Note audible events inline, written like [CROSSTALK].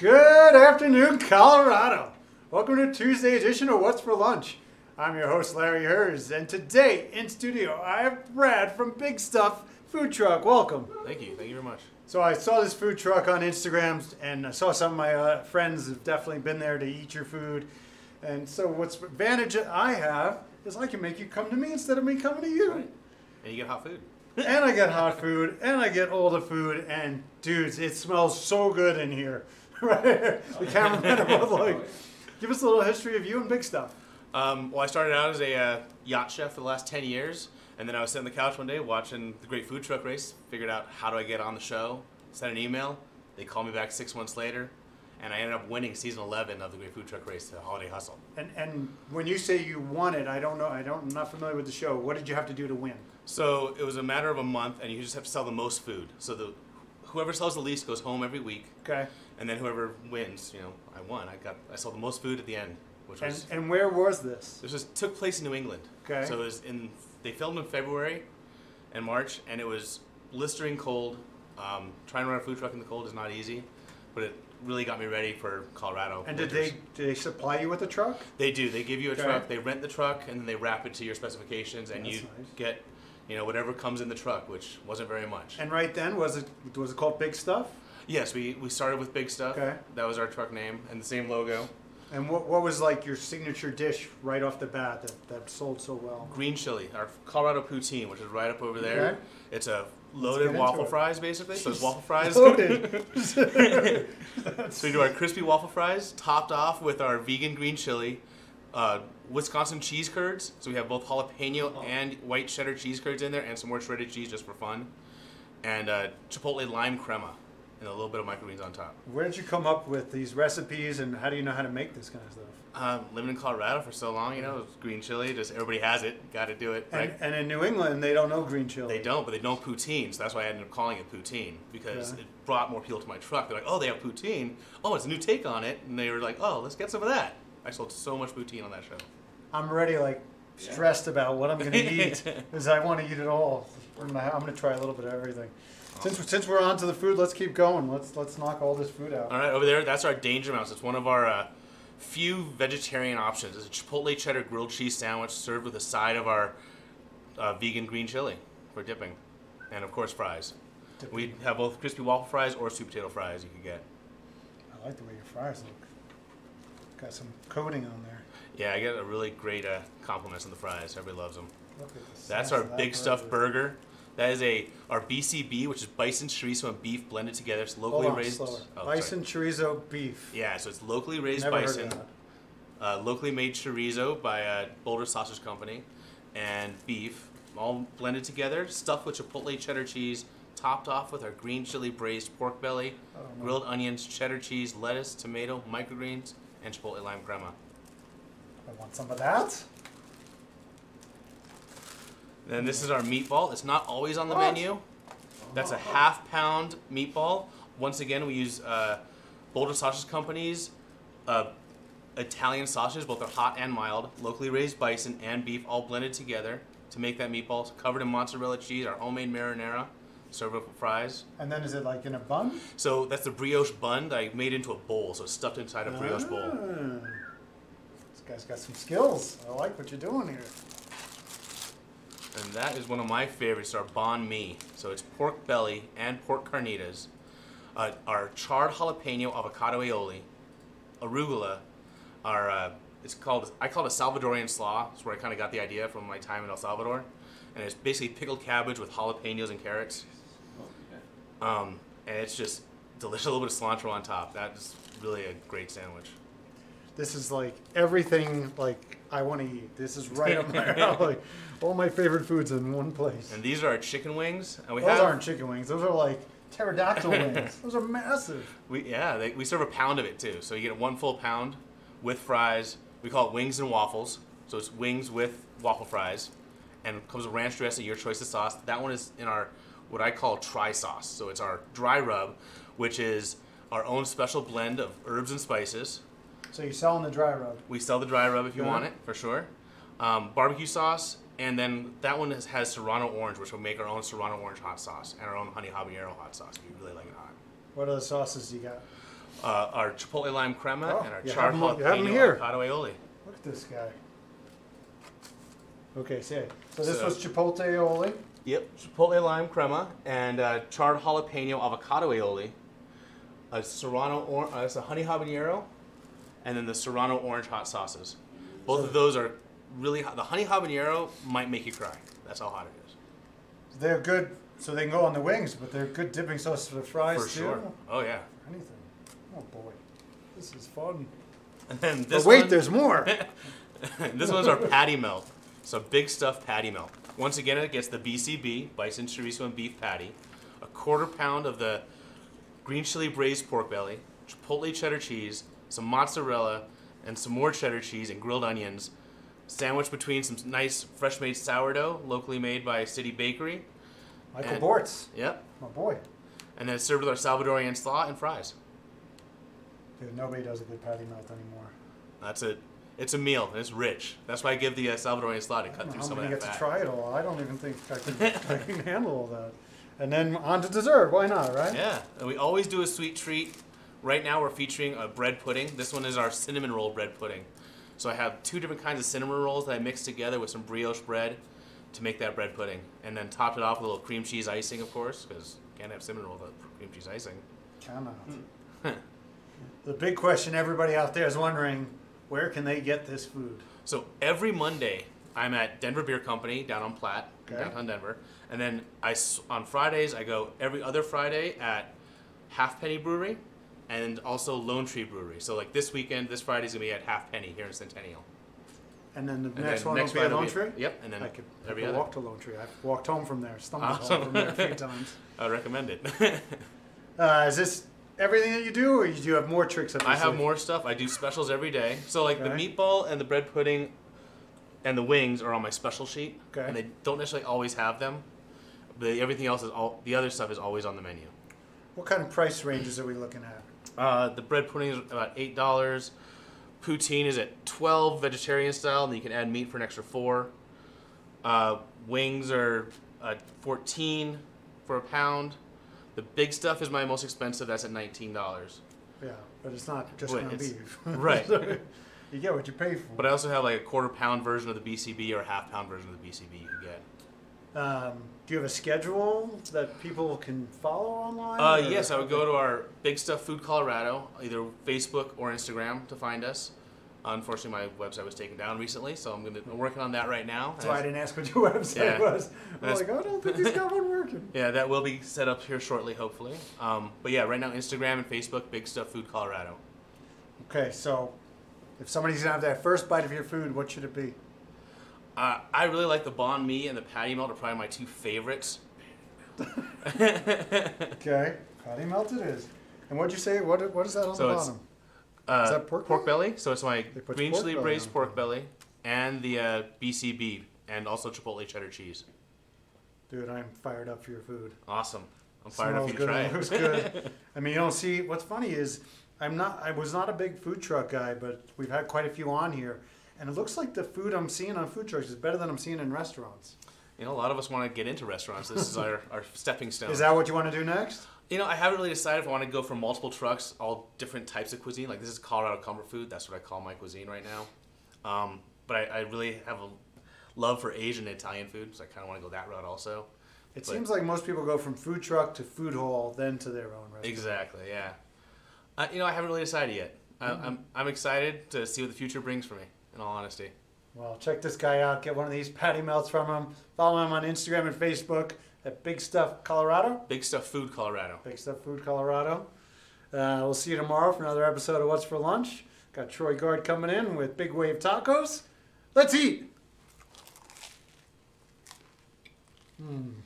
Good afternoon, Colorado. Welcome to Tuesday edition of What's for Lunch. I'm your host, Larry Hers, and today in studio I have Brad from Big Stuff Food Truck. Welcome. Thank you. Thank you very much. So I saw this food truck on Instagram, and I saw some of my uh, friends have definitely been there to eat your food. And so what's advantage that I have is I can make you come to me instead of me coming to you. Right. And you get hot food. and I get hot food, and I get older food, and dudes, it smells so good in here. [LAUGHS] Right? the cameramen [LAUGHS] are both like, give us a little history of you and big stuff. Um, well, I started out as a uh, yacht chef for the last 10 years, and then I was sitting on the couch one day watching the Great Food Truck Race, figured out how do I get on the show, sent an email, they called me back six months later, and I ended up winning season 11 of the Great Food Truck Race, the Holiday Hustle. And and when you say you won it, I don't know. I don't. I'm not familiar with the show. What did you have to do to win? So it was a matter of a month, and you just have to sell the most food. So the whoever sells the least goes home every week, Okay. and then whoever wins, you know, I won. I got I sold the most food at the end, which was And and where was this? This was took place in New England. Okay. So it was in they filmed in February and March, and it was blistering cold. Um, trying to run a food truck in the cold is not easy, but it really got me ready for Colorado. And did they winters. did they supply you with a truck? They do. They give you a Okay. truck. They rent the truck, and then they wrap it to your specifications, and That's you nice. get, you know, whatever comes in the truck, which wasn't very much. And right then was it was it called Big Stuff? yes, we we started with big stuff. Okay. That was our truck name and the same logo. And what what was like your signature dish right off the bat that, that sold so well? green chili, our Colorado poutine, which is right up over there. Okay. It's a get loaded into waffle it. fries, basically. [LAUGHS] So it's waffle fries. Loaded. [LAUGHS] so we do our crispy waffle fries, topped off with our vegan green chili, uh, Wisconsin cheese curds. So we have both jalapeno Oh. and white cheddar cheese curds in there, and some more shredded cheese just for fun, and uh, chipotle lime crema, and a little bit of microgreens on top. Where did you come up with these recipes, and how do you know how to make this kind of stuff? Um, living in Colorado for so long, you know, it's green chili, just everybody has it. Got to do it. And, and in New England, they don't know green chili. They don't, but they don't poutine, so that's why I ended up calling it poutine because Yeah. it brought more people to my truck. They're like, "Oh, they have poutine. Oh, it's a new take on it," and they were like, "Oh, let's get some of that." I sold so much poutine on that show. I'm already like stressed about what I'm [LAUGHS] going to eat because I want to eat it all. I'm going to try a little bit of everything. Since since we're on to the food, let's keep going. Let's let's knock all this food out. All right, over there, that's our Danger Mouse. It's one of our uh, few vegetarian options. It's a chipotle cheddar grilled cheese sandwich served with a side of our uh, vegan green chili for dipping, and of course fries. We have both crispy waffle fries or sweet potato fries you can get. I like the way your fries look. Got some coating on there. Yeah, I get a really great uh, compliments on the fries. Everybody loves them. Look at the That's size our of that big stuff burger. burger. That is a our BCB, which is bison chorizo and beef blended together. It's Hold locally on, raised. slower. oh, sorry. Bison chorizo beef. Yeah, so it's locally raised Never heard of bison, that. uh, locally made chorizo by uh, Boulder Sausage Company, and beef all blended together, stuffed with chipotle cheddar cheese, topped off with our green chili braised pork belly, don't know. grilled onions, cheddar cheese, lettuce, tomato, microgreens, and chipotle lime crema. I want some of that. Then this is our meatball. It's not always on the What? menu. That's a half pound meatball. Once again, we use uh, Boulder Sausage Company's uh, Italian sausages, both are hot and mild, locally raised bison and beef, all blended together to make that meatball. It's covered in mozzarella cheese, our homemade marinara, served up with fries. And then is it like in a bun? So that's the brioche bun that I made into a bowl, so it's stuffed inside a brioche bowl. Ah. This guy's got some skills. I like what you're doing here. And that is one of my favorites, our banh mi. So it's pork belly and pork carnitas, uh, our charred jalapeno avocado aioli, arugula, our uh, it's called I call it a Salvadorian slaw. It's where I kind of got the idea from my time in El Salvador, and it's basically pickled cabbage with jalapenos and carrots, um, and it's just delicious. A little bit of cilantro on top. That is really a great sandwich. This is like everything like I want to eat. This is right up [LAUGHS] my alley. All my favorite foods in one place. And these are our chicken wings, and we Those have aren't chicken wings. Those are like [LAUGHS] pterodactyl wings. Those are massive. We yeah, they, we serve a pound of it too. So you get one full pound with fries. We call it wings and waffles. So it's wings with waffle fries, and it comes with ranch dressing, your choice of sauce. That one is in our what I call tri sauce. So it's our dry rub, which is our own special blend of herbs and spices. So you're selling the dry rub. We sell the dry rub if you Yeah. want it for sure. Um, barbecue sauce, and then that one has, has serrano orange, which will make our own serrano orange hot sauce and our own honey habanero hot sauce. If you really like it hot. What other sauces you got? uh, our chipotle lime crema, Oh, and our you charred have 'em- you have 'em jalapeno here. avocado aioli. Look at this guy. Okay, say. it. So this So- was chipotle aioli. Yep, chipotle lime crema and uh, charred jalapeno avocado aioli, a serrano or uh, it's a honey habanero, and then the serrano orange hot sauces. Both of those are really hot. The honey habanero might make you cry. That's how hot it is. They're good, so they can go on the wings, but they're good dipping sauce for the fries For too. sure. Oh yeah. [LAUGHS] Anything. Oh boy, this is fun. And then this but wait, one- there's [LAUGHS] more. this one's our patty melt. So big stuff patty melt. Once again, it gets the BCB, bison chorizo and beef patty, a quarter pound of the green chili braised pork belly, chipotle cheddar cheese, some mozzarella, and some more cheddar cheese and grilled onions, sandwiched between some nice fresh made sourdough, locally made by City Bakery. Michael And- Bortz, Yep. my boy. And then it's served with our Salvadorian slaw and fries. Dude, nobody does a good patty melt anymore. That's it. It's a meal and it's rich. That's why I give the uh, Salvadorian slaw to I don't cut know through how some am of gonna that get fat. to try it all. I don't even think I [LAUGHS] can, I can handle all that. And then on to dessert. Why not, right? Yeah, and we always do a sweet treat. Right now we're featuring a bread pudding. This one is our cinnamon roll bread pudding. So I have two different kinds of cinnamon rolls that I mixed together with some brioche bread to make that bread pudding, and then topped it off with a little cream cheese icing, of course, because can't have cinnamon roll without cream cheese icing. Come Hmm. out. the big question everybody out there is wondering: Where can they get this food? So every Monday, I'm at Denver Beer Company down on Platt, Okay. downtown Denver, and then I s- on Fridays I go every other Friday at Halfpenny Brewery, and also Lone Tree Brewery. So like this weekend, this Friday's gonna be at Halfpenny here in Centennial. And then the And next then one will be at Friday Lone it'll Tree. be- Yep, and then I could, I every could other. Oh. walk to Lone Tree. I've walked home from there, stumbled Awesome. home from there a [LAUGHS] few times. I recommend it. [LAUGHS] Uh, is this everything that you do, or you do have more tricks up your I have sleeve? more stuff. I do specials every day. So like the Okay. meatball and the bread pudding and the wings are on my special sheet, Okay. and they don't necessarily always have them. The, everything else is all the other stuff is always on the menu. What kind of price ranges are we looking at? Uh, the bread pudding is about eight dollars. Poutine is at twelve, vegetarian style, and you can add meat for an extra four. Uh, wings are uh, fourteen for a pound. The big stuff is my most expensive. That's at nineteen dollars. Yeah, but it's not just Wait, ground [LAUGHS] it's- beef. right. So, you [LAUGHS] get what you pay for. But I also have like a quarter pound version of the BCB or a half pound version of the BCB you can get. um, do you have a schedule that people can follow online? Uh, or- yes, I would go to our Big Stuff Food Colorado, either Facebook or Instagram, to find us. Unfortunately, my website was taken down recently, so I'm gonna I'm working on that right now. That's why I didn't ask what your [LAUGHS] website Yeah. was. I'm That's- like, I don't think he's got one [LAUGHS] working. Yeah, that will be set up here shortly, hopefully. Um, but yeah, right now Instagram and Facebook, Big Stuff Food Colorado. Okay, so if somebody's gonna have that first bite of your food, what should it be? Uh, I really like the banh mi and the patty melt are probably my two favorites. Okay, patty melt it is. And what'd you say? What what is that on So the it's- bottom? Uh, Is that pork belly? So it's my They put green pork chili belly braised on. pork belly and the uh, BCB and also chipotle cheddar cheese. Dude, I'm fired up for your food. Awesome. I'm fired up Smells for you to good, [LAUGHS] try it Looks it. [LAUGHS] good. I mean, you don't see. What's funny is I'm not. I was not a big food truck guy, but we've had quite a few on here, and it looks like the food I'm seeing on food trucks is better than I'm seeing in restaurants. You know, a lot of us want to get into restaurants. This is our, our [LAUGHS] stepping stone. Is that what you want to do next? You know, I haven't really decided if I want to go for multiple trucks, all different types of cuisine. Like this is Colorado comfort food. That's what I call my cuisine right now. Um, but I, I really have a love for Asian and Italian food, so I kind of want to go that route also. It But- seems like most people go from food truck to food hall, then to their own restaurant. Exactly. Yeah. Uh, you know, I haven't really decided yet. I, I'm I'm excited to see what the future brings for me. In all honesty. Well, check this guy out. Get one of these patty melts from him. Follow him on Instagram and Facebook at Big Stuff Colorado. Big stuff, food, Colorado. Big Stuff Food Colorado. Uh, we'll see you tomorrow for another episode of What's for Lunch. Got Troy Guard coming in with Big Wave Tacos. Let's eat. Mm.